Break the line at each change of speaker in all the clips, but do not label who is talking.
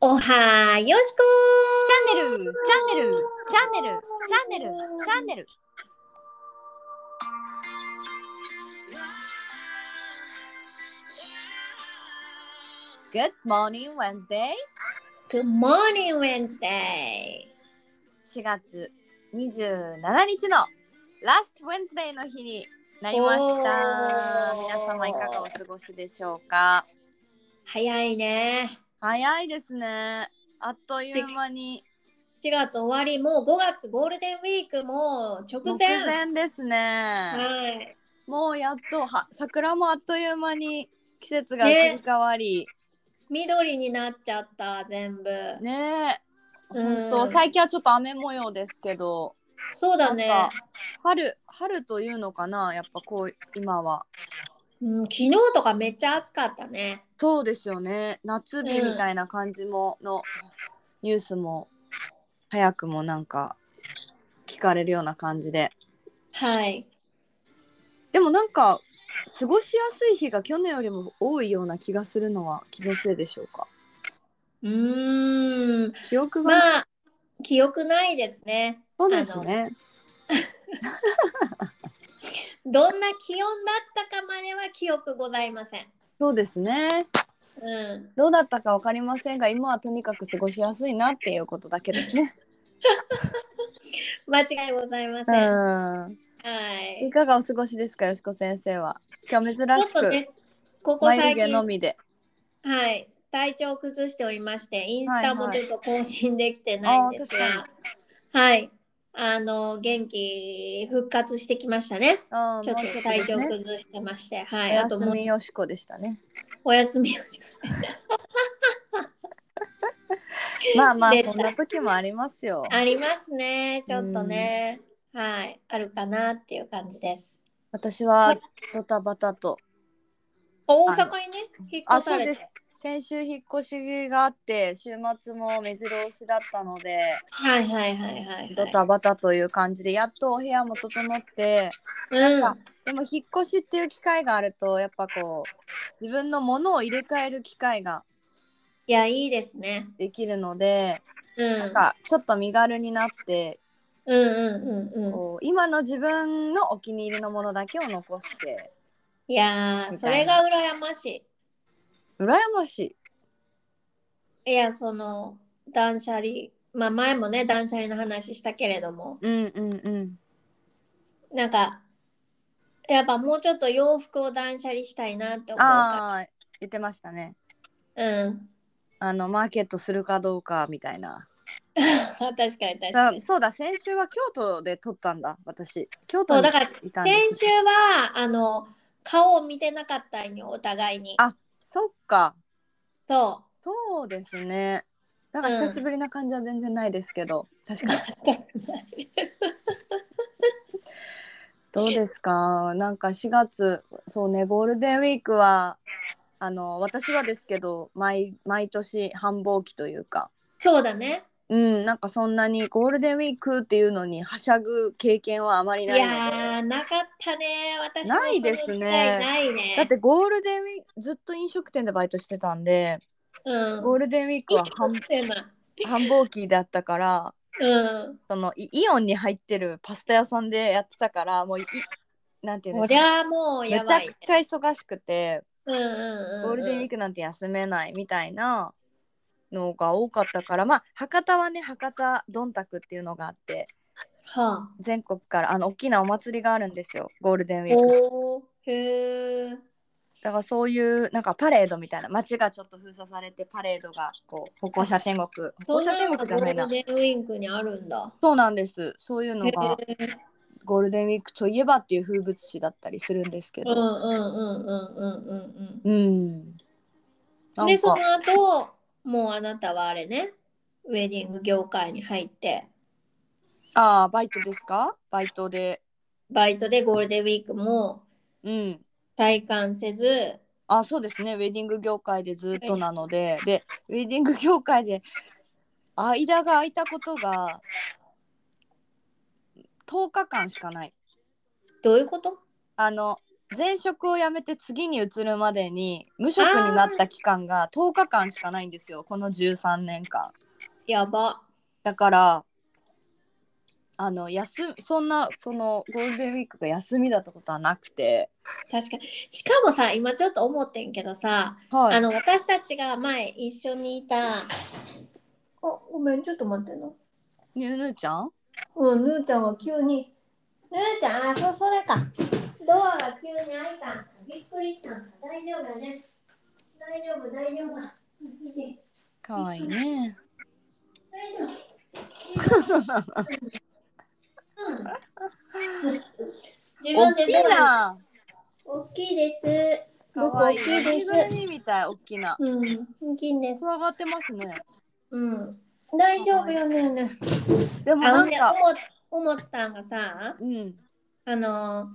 おはよしこ
チャンネル、チャンネル、チャンネル、チャンネル、チャンネル。Good morning Wednesday。
Good morning, Wednesday!
4月27日のラスト Wednesday の日になりました。
おー
皆様いかがお過ごしでしょうか。
早いね。
早いですね。あっという間に
4月終わり、もう5月ゴールデンウィークも直
目
前。
前ですね。
はい。
もうやっとは桜もあっという間に季節が移り変わり
緑になっちゃった、全部。
ねえ
うん
本当最近はちょっと雨模様ですけど
そうだね。
なんか春春というのかなやっぱこう今は
うん、昨日とかめっちゃ暑かったね。
そうですよね夏日みたいな感じも、のニュースも早くもなんか聞かれるような感じで
はい。
でもなんか過ごしやすい日が去年よりも多いような気がするのは気のせいでしょうか
うーん。
記憶がない、
まあ、記憶ないですね。
そうですね
どんな気温だったかまでは記憶ございません。
そうですね。
うん。
どうだったかわかりませんが、今はとにかく過ごしやすいなっていうことだけです ね。
間違いございません。は
ん。
い
い。かがお過ごしですか、よしこ先生は。今日
ちょ
珍
っ
し
と
く
ね、ここ
眉
最
毛
近
のみで。
はい、体調を崩しておりまして、インスタも
はい
ちょ
は
っと更新できてないんですが、
あー
はい、あの元気復活してきましたね。
うん、
ちょっ
もう
と体調
ですね。
崩してまして、
お
はい、あと
休
もう
みよしこでしたね。
お休み をし
まあまあ
出、た
そんな時もありま すよ。
ありますね、ちょっとね、はい、あるかなっていう感じです。
私はドタバタと。
大
あの
阪にね、引っ
あ、
越さ
そう
れ
で
て
す、。先週引っ越しがあって、週末も目白押しだったので、
はいはいはいはい、
ド
は
タバタという感じで、やっとお部屋も整って、
い。うん、
かでも引っ越しっていう機会があるとやっぱこう自分のものを入れ替える機会が
いや、いいですね。
できるので
うん、
なんかちょっと身軽になって
うんうんうんうん。
こう今の自分のお気に入りのものだけを残して
いやー、
み
そ
た
れ
いな
が羨ましい。
羨まし
いやその断捨離まあ前もね断捨離の話したけれども
い。うんうんうん。
なんかやっぱもうちょっと洋服を断捨離したいなって思うか
ああ言ってましたね。
らうん
あのマーケットするかどうかみたいな。
確かに確か
だ
に
そうだ先週は京都で撮ったんだ私。京都
そう
に
だから
いたんで
先
す
週はあの顔を見てなかったんよお互いに
あそっか
そ
そうですね。なんか久しぶりな感じは全然ないですけど、確かに。どうですか。なんか4月、そうね、ゴールデンウィークは。あの、私はですけど、毎、毎年繁忙期というか。
うそうだね
うん、なんかそんなにゴールデンウィークっていうのにはしゃぐ経験はあまり
い
ないので。
やーなかったね私も
ないで
そ
すね
の機会ないね
だってゴールデンウィークずっと飲食店でバイトしてたんで
うん
ゴールデンウィークは 繁
テーマ
繁忙期だったから
うん
そのイイオンに入ってるパスタ屋さんでやってたからもういなんていうん
こ
です
り
か
ゃあもう
め
や
ちゃ
ばい
くちゃ忙しくて
うんうんうん
ゴールデンウィークなんて休めないみたいなのが多かったからまあ博多はね博多どんたくっていうのがあって
はあ
全国からあの大きなお祭りがあるんですよゴールデンウィーク
おおへえ
だからそういうなんかパレードみたいな街がちょっと封鎖されてパレードがこう歩行者天国歩
そ
行
んなのが
者天国
ゴ
じゃな
ー
いな
ルデンウィークにあるんだ
そうなんですそういうのが
へえ
ゴールデンウィークといえばっていう風物詩だったりするんですけ
うん
ど
うんうんうんうんうん
うん。
うんでその後もうあなたはあれねウェディング業界に入って
ああ、バイトですかバイトで。
バイトでゴールデンウィークも
うん。
体感せず
あそうですね。ウェディング業界でずっとなので、で、ウェディング業界で間が空いたことが10日間しかない。
どういうこと
あの、前職を辞めて次に移るまでに無職になった期間が10日間しかないんですよこの13年間
やば。
だからあの休そんなそのゴールデンウィークが休みだったことはなくて、
確かに。しかもさ、今ちょっと思ってんけどさ、
はい、
あの私たちが前一緒にいた。あ、ごめん、ちょっと待ってな。
ぬーぬーちゃん
うん、ぬーちゃんが急に。ぬーちゃん、あ、そう、それか。ドアが急に開いた。びっくりした。大丈夫ね。大丈夫、大丈夫。見て
かわいいね
大丈夫。うん。自
大
分で
き
ドアに
な
大きいです。
か
僕
わ
大
いい
きい
ぬ
で
い
す
ぐ。るみみたい大きな
うん、大きいんです
つ。ながってますね
うん。大丈夫よね。
でも
あ
な
の
ん
ね
か
思思ったんがさ、
うん
あの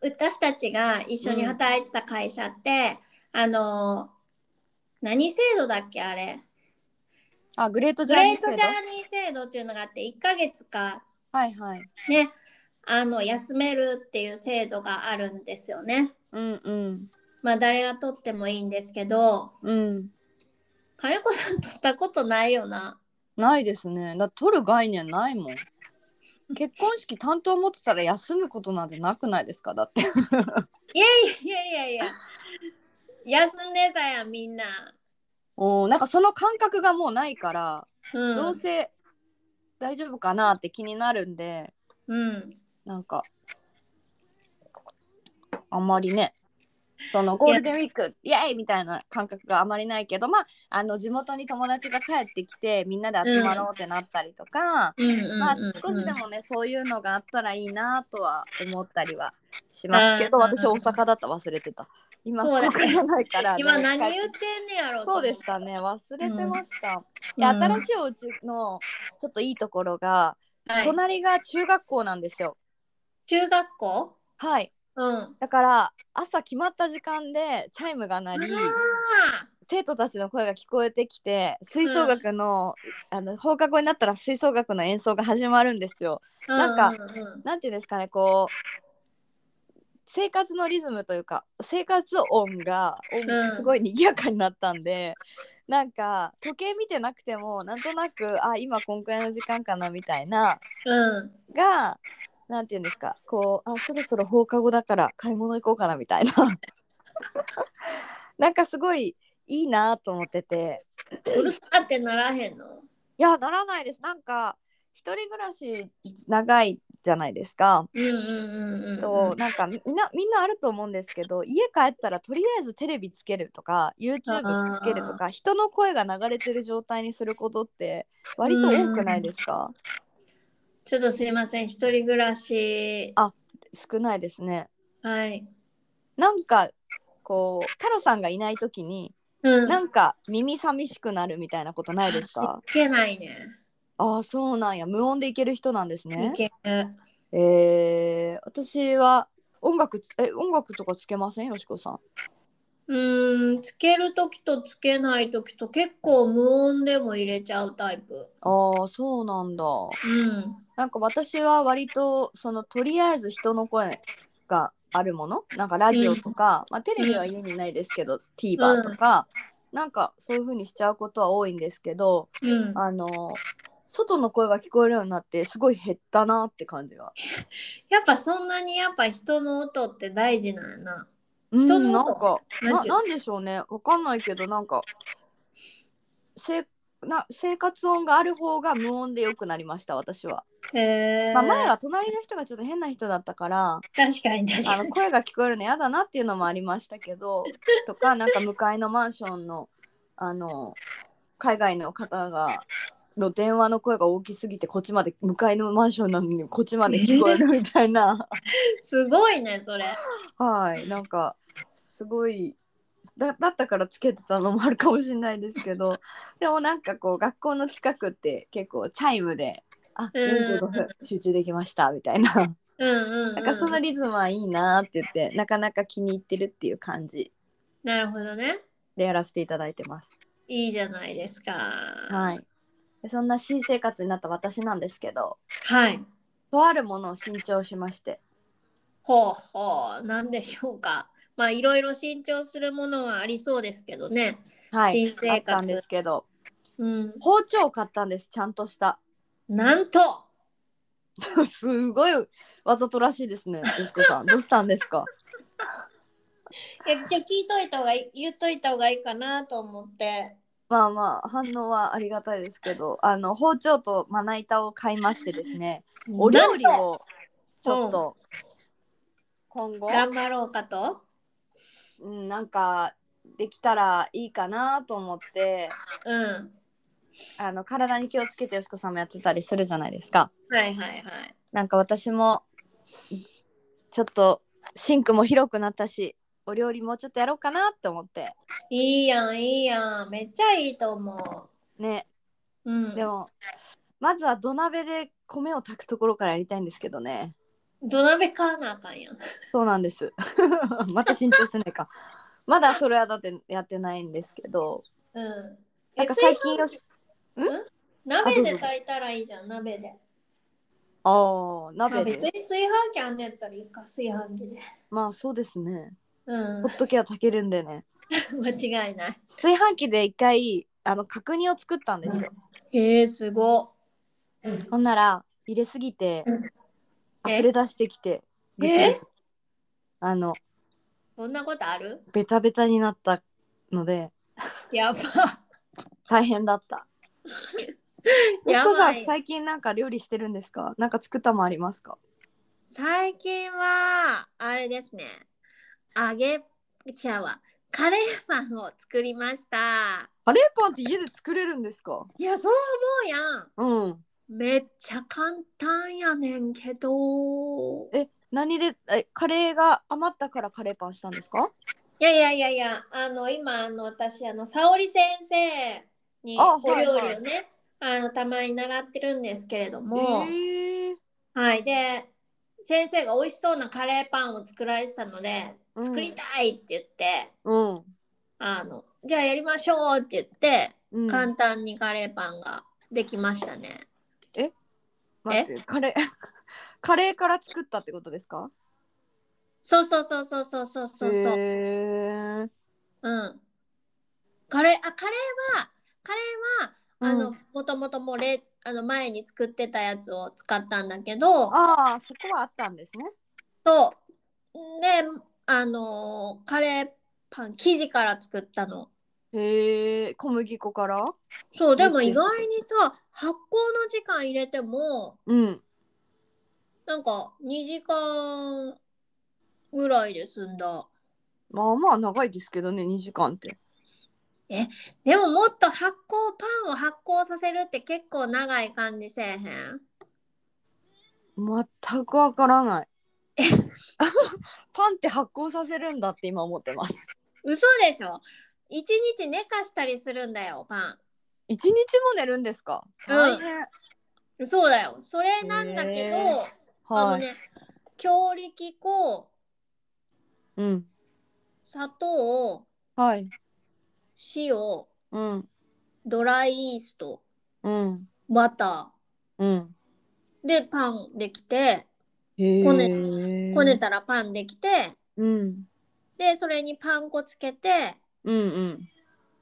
私たちが一緒に働いてた会社って、あの何制度だっけあれ
あグレートジ
グ
ャー
レ
ニ
ー
ー
トジャ
制
ー
度
ニー制度っていうのがあって1ヶ月か
はいはい
ねあの休めるっていう制度があるんですよね。
うんうん
まあ誰が取ってもいいんですけど
うん
金子さん取ったことないよな。
ないですねだ取る概念ないもん結婚式担当持ってたら休むことなんてなくないですかだって
いやいやいや休んでたやんみんな。
おーなんかその感覚がもうないから、
うん、
どうせ大丈夫かなって気になるんで
うん、
なんかあんまりねそのゴールデンウィークイエーイみたいな感覚があまりないけどまああの地元に友達が帰ってきてみんなで集まろうってなったりとか、
うんうんうんうん
まあ少しでもねそういうのがあったらいいなとは思ったりはしますけど
うん
私大阪だった忘れてた今
そうだ
福岡じゃないから
今
ね
何言っ
帰って
んねやろ
そうでし
と
たね忘れてました、いや
思って。
新しいお家のちょっといいところが、
うんはい
隣が中学校なんですよ
中学校
はい
うん。あ
だから朝決まった時間でチャイムが鳴り
あ
生徒たちの声が聞こえてきて吹奏楽の,、あの放課後になったら吹奏楽の演奏が始まるんですよ。
ー
なん
うんうんうん
なんていうんですかねこう生活のリズムというか生活音が
うん
すごい賑やかになったんで、なんか時計見てなくてもなんとなくあ今こんくらいの時間かなみたいな
うん。
がなんていうんですかこうあそろそろ放課後だから買い物行こうかなみたいな なんかすごいいいなと思ってて
うるさってならへんの
いやならないですなんか一人暮らし長いじゃないですか。
うんうんうんうん。
となんかみみんなみんなあると思うんですけど家帰ったらとりあえずテレビつけるとか YouTube つけるとか人の声が流れてる状態にすることって割と多くないですか
ちょっとすいません、一人暮らし。
あ少ないですね。
はい。
なんかこう太郎さんがいない時に
うん。
なんか耳寂しくなるみたいなことないですか
いけないね。
ああそうなんや無音でいける人なんですね
い。ける。
えー、私は音楽つえ音楽とかつけませんよしこさん。
うーん、つけるときとつけないときと結構無音でも入れちゃうタイプ。
ああそうなんだ。
うん。
なんか私は割とそのとりあえず人の声があるものなんかラジオとか、まあ、テレビは家にないですけど、TVer とか、なんかそういう風にしちゃうことは多いんですけど
うん。
あの外の声が聞こえるようになってすごい減ったなって感じが。
やっぱそんなにやっぱ人の音って大事なんやな。
人
人の
のな
音
んか
なん
な
ていうの
なんでしょうねわかんないけどなんかせな生活音がある方が無音で良くなりました私は。
へえ。
まあ、前は隣の人がちょっと変な人だったから、
確かに確
あ
か
の
に。
声が聞こえるの嫌だなっていうのもありましたけどとかなんか向かいのマンションのあの海外の方がの電話の声が大きすぎてこっちまで向かいのマンションなのにこっちまで聞こえるみたいな
すごいね、それ。
はいなんかすごいだだったからつけてたのもあるかもしれないです けどでもなんかこう学校の近くって結構チャイムで。あ、
うん
45分集中できましたみたいな。
うんうん、うん。
なんかそのリズムはいいなって言って、なかなか気に入ってるっていう感じ
なるほどね。
でやらせていただいてます。
いいじゃないですか。はい。
はい。でそんな新生活になった私なんですけど、
はい。
とあるものを新調しまして、
ほうほう、なんでしょうか。まあ、いろいろ新調するものはありそうですけどね。
は
新
い
生活
あったんですけど
うん。
包丁を買ったんですちゃんとした
なんと、
すごいわざとらしいですねよしこ さんどうしたんですか
いや一応聞いといた方がいい、言っといた方がいいかなと思って。
まあまあ反応はありがたいですけどあの包丁とまな板を買いましてですねお料理
なんと
をちょっと今後、
頑張ろうかと。
うん、なんかできたらいいかなと思って
うん。
あの体に気をつけてよしこさんもやってたりするじゃないですか
はいはいはい。
なんか私もちょっとシンクも広くなったしお料理もうちょっとやろうかなって思って
いいやん、いいやん。めっちゃいいと思
ね
う。うん。
でもまずは土鍋で米を炊くところからやりたいんですけどね
土鍋買わなあかんやん。
そうなんです また慎重してないかまだそれはだってやってないんですけど
うん。
なんか最近よし
鍋で炊いたらいいじゃん、鍋で。
あー
まあ
鍋
別
で
に炊飯器あんねやったらいいか、炊飯器で。
まあそうですね
うん
ほ、っとけば炊けるんでね
間違いない。
炊飯器で一回あの角煮を作ったんですよ、
えー、すご。
ほんなら入れすぎて
うん
溢れ出してきて
え
ぐつぐつあの
そんなことある
ベタベタになったので
やば。
大変だった。よし
や
こさ
ば
ん
い。
最近なんか料理してるんですかなんか作ったもんありますか
最近は、あれですね。揚げ、ちゃうわ。カレーパンを作りました。
カレーパンって家で作れるんですか
いや、そう思うやん。
うん。
めっちゃ簡単やねんけど。
え何でえカレーが余ったからカレーパンしたんですか
いやいやいやいや、あの今あの私あの沙織先生に
あ
お料
はい
理
は
をね、あのたまに習ってるんですけれど
え
も、
ー、
はいで先生が美味しそうなカレーパンを作られてたので、
うん
作りたいって言って、
うん。
あのじゃあやりましょうって言って、
うん、
簡単にカレーパンができましたね。
待ってカレー カレーから作ったってことですか
そうそうそうそうそうそうそうそう。
へー
うん。カレー、あ、カレーは、カレーは、あ
う
の
ん、
もともともうれ、あの、前に作ってたやつを使ったんだけど、
ああそこはあったんですね。
と、で、あのーカレーパン、生地から作ったの。
へえ小麦粉から
そう、でも
見
意
てる
外にさ、発酵の時間入れても、
うん。
なんか、2時間ぐらいで済んだ。
まあまあ長いですけどね2時間って。
でももっと発酵、パンを発酵させるって結構長い感じせえへん。
全くわからない。 パンって発酵させるんだって今思ってます。
嘘でしょ一日寝かしたりするんだよパ
一日も寝るんですか大変。
ンそうだよそれなんだけど、
へー
あの
はい。
ね強力粉
うん。
砂糖
はい。
塩
うん。
ドライイースト
うん。
バタ
うん。
ーでパンできて
へえ。
ここねたらパンできて
うん。
でそれにパン粉つけて
うんうん。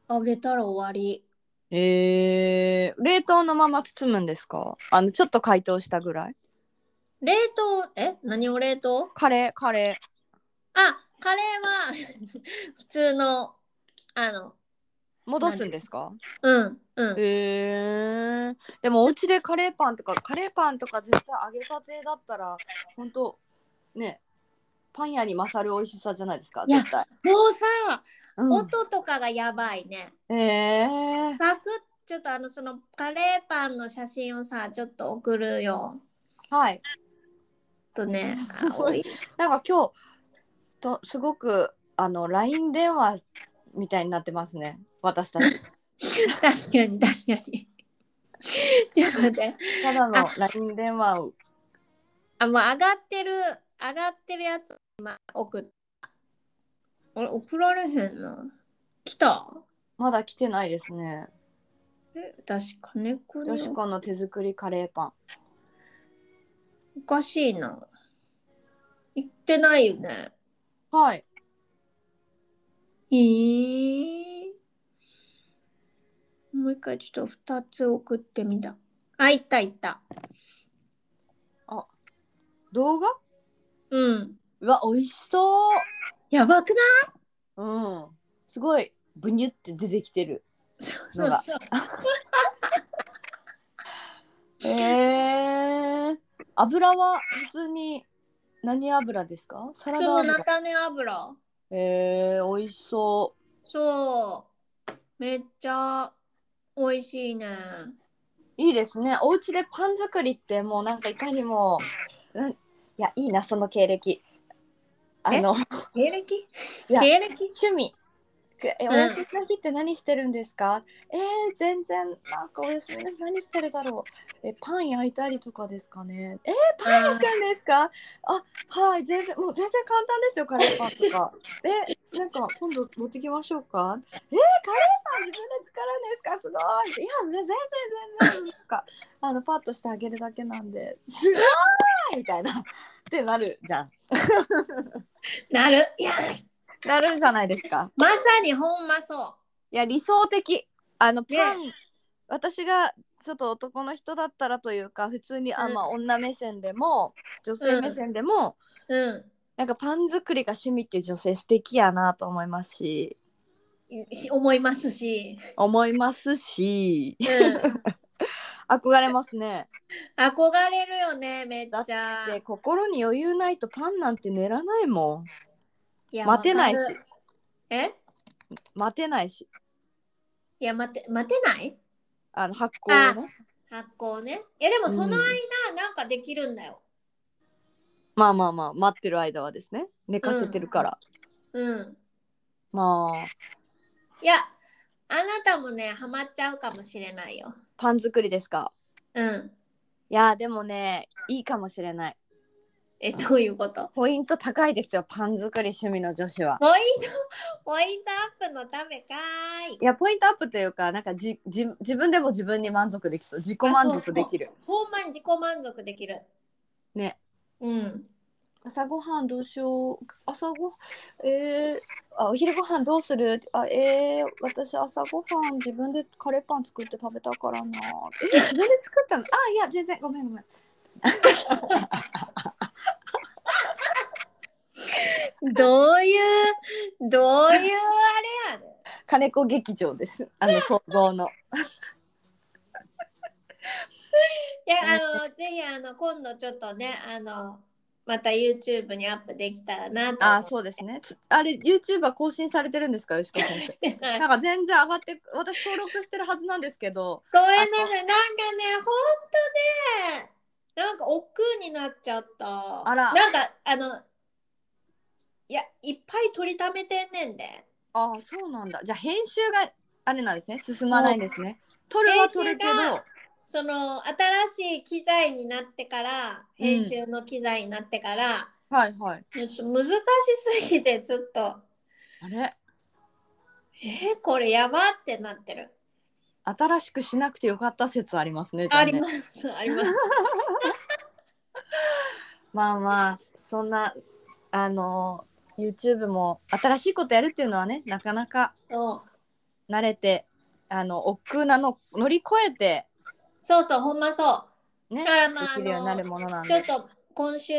揚げたら終わり
えー、冷凍のまま包むんですかあのちょっと解凍したぐらい
冷凍え何を冷凍
カレーカレ
あカレーは 普通のあの
ー戻すんですか
うんうん
へえでもお家でカレーパンとかカレーパンとか絶対揚げたてだったらほんとねパン屋に勝る美味しさじゃないですか
いや
絶対、
もうさ
うん、
音とかがやばいね。
えー、
サクッちょっとあのそのカレーパンの写真をさちょっと送るよ。
はい
とね。
すごいなんか今日とすごくあの LINE 電話みたいになってますね私た ち
確かに確かに。 ちょっと待って。
ただの
あ
LINE 電話を
あもう上がってる上がってるやつ、まあ、送った。俺送られへんな。来た
まだ来てないですね
え私金子に
よしこの手作りカレーパン
おかしいな。行ってないよね。
はい。
えー、もう一回ちょっと2つ送ってみた。あ、いたいた。
動画
うん。
うわ、美味しそう。
やばくない
うん。すごい、ブニュって出てきてる。
そうそう。
えー、油は普通に何油ですかサ
普通
ラダ
の
油
菜。種油。
えー、美味しそ
そう。めっちゃ美味しいね。
う。いいですね。お家でパン作りってもうなんかいかにも。なんいや、いいな、その経歴。あの、
経歴
いや
経歴
趣味。くえ
うん
お休みの日って何してるんですか、えー、全然なんかお休みの日何してるだろうえパン焼いたりとかですかねえー、パン焼くんですかあはい全然もう全然簡単ですよカレーパンとかえなんか今度持ってきましょうかえー、カレーパン自分で作るんですかすごいいや全然全然とかあのパッとしてあげるだけなんですごいみたいなってなるじゃん
なる。いや、
なるんじゃないですか
まさにほんまそう。
いや理想的あの
ね
パン、私がちょっと男の人だったらというか普通に、あ
うん
まあ女目線でも女性目線でも、
うん。
なんかパン作りが趣味っていう女性素敵やなと思いますし
し思いますし、
思いますし
うん、 憧
憧れますね
れるよねめっちゃ。
で心に余裕ないとパンなんて寝らないもん
いや
待てないし
わかるえ
待てないし
いや待て待てない
あの発酵をね
発酵ね。いやでもその間、
うん
なんかできるんだよ。
まあまあまあ待ってる間はですね寝かせてるから、
うん。
まあ
いやあなたもねハマっちゃうかもしれないよ。
パン作りですか
うん。
いやでもねいいかもしれない
えどういうこと
ポイント高いですよパン作り趣味の女子は。
ポイントポイントアップのためかーい
い。やポイントアップというかなんかじじ自分でも自分に満足できそう自己満足できる
ほんまに自己満足できる。
ね。
うん。
朝ごはんどうしよう朝ごえー、あお昼ごはんどうするあえー、私朝ごはん自分でカレーパン作って食べたからなえ自分で作ったのあいや全然ごめんごめん
どういうどう いうあれやねん。
金子劇場ですあの想像の
いやあのぜひあの今度ちょっとねあのまた YouTube にアップできたらなと
あそうですねつあれ YouTube は更新されてるんですか吉川先
思
生
って ごめん
な
なん
か全然上がって私登録してるはずなんですけど
さいなんかねほんとねなんか億劫になっちゃった
あら
なんかあのいやいっぱい取りためてんねんで
ああそうなんだじゃあ編集があれなんですね進まないんですね撮るは撮るけど
編集がその新しい機材になってから
うん
編集の機材になってから、
はいはい
むし難しすぎてちょっと
あれ
えーこれやばってなってる
新しくしなくてよかった説ありますねじゃ
あ
あ
り
ね
ます あります
まあまあそんなあの YouTube も新しいことやるっていうのはねなかなか
そう
慣れてあの億劫なの乗り越えて
そうそうほんまそ
ね
だからまあ
できるようになるものなん
う
で
ちょっと今週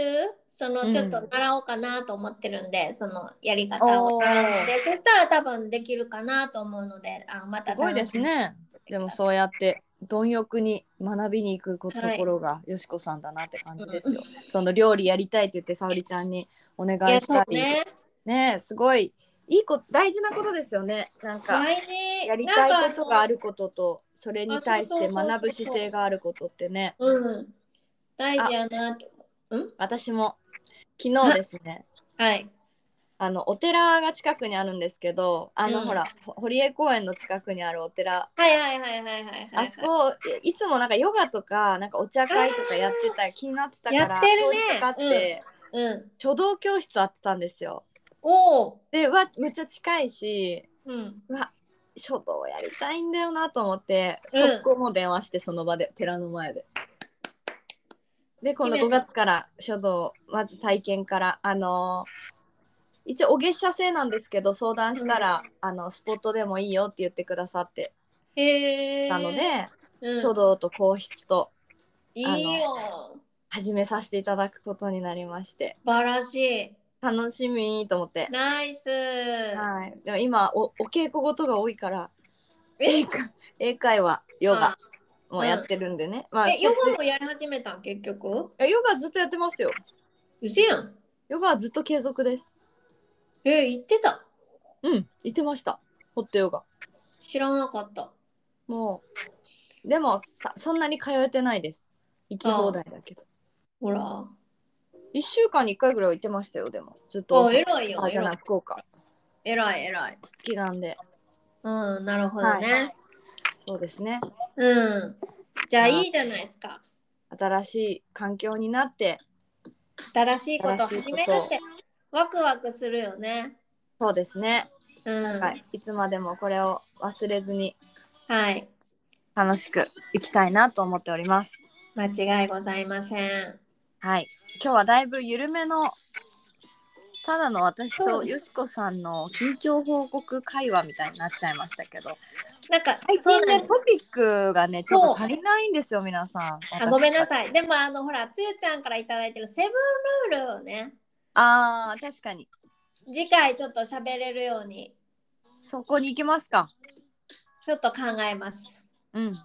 その
うん
ちょっと習おうかなと思ってるんで、そのやり方
お
を
ー
でそしたら多分できるかなと思うのであまた
すごいですね。でもそうやって貪欲に学びに行くこと
はい
ところがよしこさんだなって感じですよ。
う
その料理やりたいって言って沙織ちゃんにお願
いや
いし
そ
た
う
り、
ね
ねえすごいいいこと大事なことですよね。なんか
前に
やりたいことがあ
る
ることとそれに対して学ぶ姿勢があることってね。
うん大事やなとうん
私も昨日ですね。
はい
あのお寺が近くにあるんですけど、あの、
うん
ほらほ堀江公園の近くにあるお寺
はいはいはいはいはいはい
あそこいいつもなんかヨガとかなんかお茶会とかやってた気になってたから
やってるね
通りかかって、
うん
書道教室あったんですよ。
おお
でうわめっちゃ近いし
うん
書道やりたいんだよなと思って速攻もう電話してその場で、寺の前でで今度
イベン
5
ト
月から書道まず体験からあのー一応お月謝制なんですけど相談したら、あのスポットでもいいよって言ってくださって
へえ。
たので、
うん、
書道と皇室と
いいよ。
始めさせていただくことになりまして
素晴らしい。
楽しみと思って、
ナイス。
はい、でも今おお稽古事が多いから
え、
英会話ヨガ
あ
もやってるんでね、まあ
えヨガ
そっち
もやり始めたん結局
いやヨガずっとやってますよ
うせやん。
ヨガはずっと継続です
え、言ってた。
うん言ってましたホットヨガ
知らなかった。
もうでもさそんなに通えてないです行き放題だけど
ほら。
1週間に1回ぐらいは行ってましたよでもずっと
あ、
大阪
偉いよ。
あじゃ
偉
ない
い。
福岡
偉い、偉い。
好きなんで
うん、なるほどね。
はいそうですね
うん。じゃあ、
はい
いいじゃないですか。
新しい環境になって
新しいことを
新
始
しいこと
めるって。ワクワクするよね。
そうですね、
うん。
はい、いつまでもこれを忘れずに
はい。
楽しくいきたいなと思っております
間違いございません。
はい今日はだいぶ緩めのただの私とよしこさんの近況報告会話みたいになっちゃいましたけど
なんか、
最
そう
近
な
ね
んです
トピックがねちょっと足りないんですよ皆さん。
あごめんな
私
さい。でも、あの、ほら、つゆちゃんからいただいてるセブンルールをね、
あー確かに
次回ちょっと喋れるように、
そこに行きますか。
ちょっと考えます。
うん。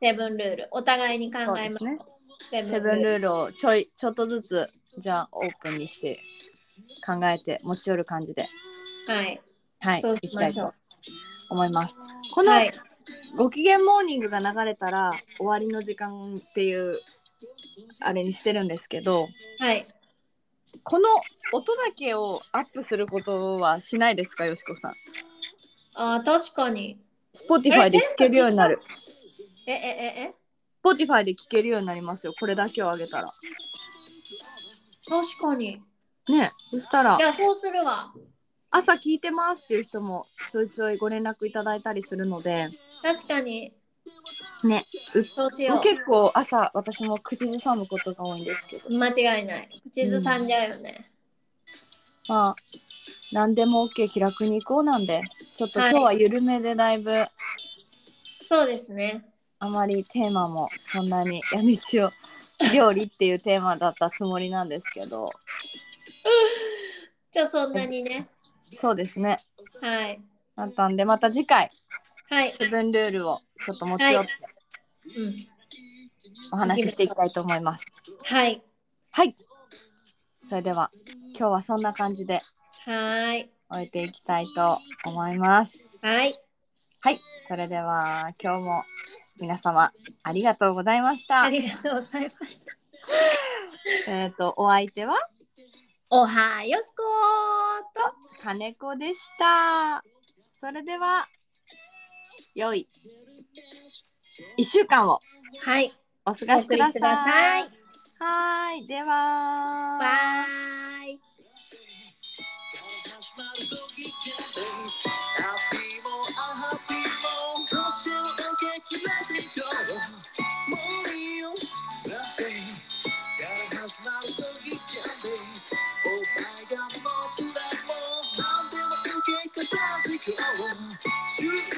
セブンルール。お互いに考えます。
そうで
セ
セ
ブ
ブ
ン
ン
ルール。
ルールをちょいちょっとずつじゃあオープンにして考えて持ち寄る感じで
はい。
はい
そうし
行き
ま
たい
しょう
と思います。この
はい。
ご機嫌モーニングが流れたら終わりの時間っていうあれにしてるんですけど、
はい。
この音だけをアップすることはしないですかよしこさん。
あー、確かに。
Spotify で聞けるようになる。
え、え、え、え
Spotify で聴けるようになりますよ。これだけをあげたら。
確かに。
ねそしたら
い、や、そうするわ。
朝聞いてますっていう人もちょいちょいご連絡いただいたりするので、
確かに。
ね、
そうし
も
よ
う結構朝私も口ずさむことが多いんですけど、
う。間違いない。口ずさんじゃうよね。
まあ、何でも OK 気楽に行こうなんで、ちょっと今日は緩めでだいぶ、
そうですね。
あまりテーマもそんなに闇地を料理っていうテーマだったつもりなんですけど、
じゃあ、そんなにね。
そうですね。
はい。
だったんで、また次回、
はい。
セブンルールをちょっと持ち寄って
うん。
お話ししていきたいと思います。
はい。
はい。それでは今日はそんな感じで
はーい。
終えていきたいと思います。
はい。
はい。それでは今日も皆様ありがとうございまし
あ
た。
りがとうございました。
えっ、とお相手は
おはよしこーと。
金子でした。それでは良い一週間を
はい。
お過ごしください。
お送りく
はーい。では。
バイ。
Oh,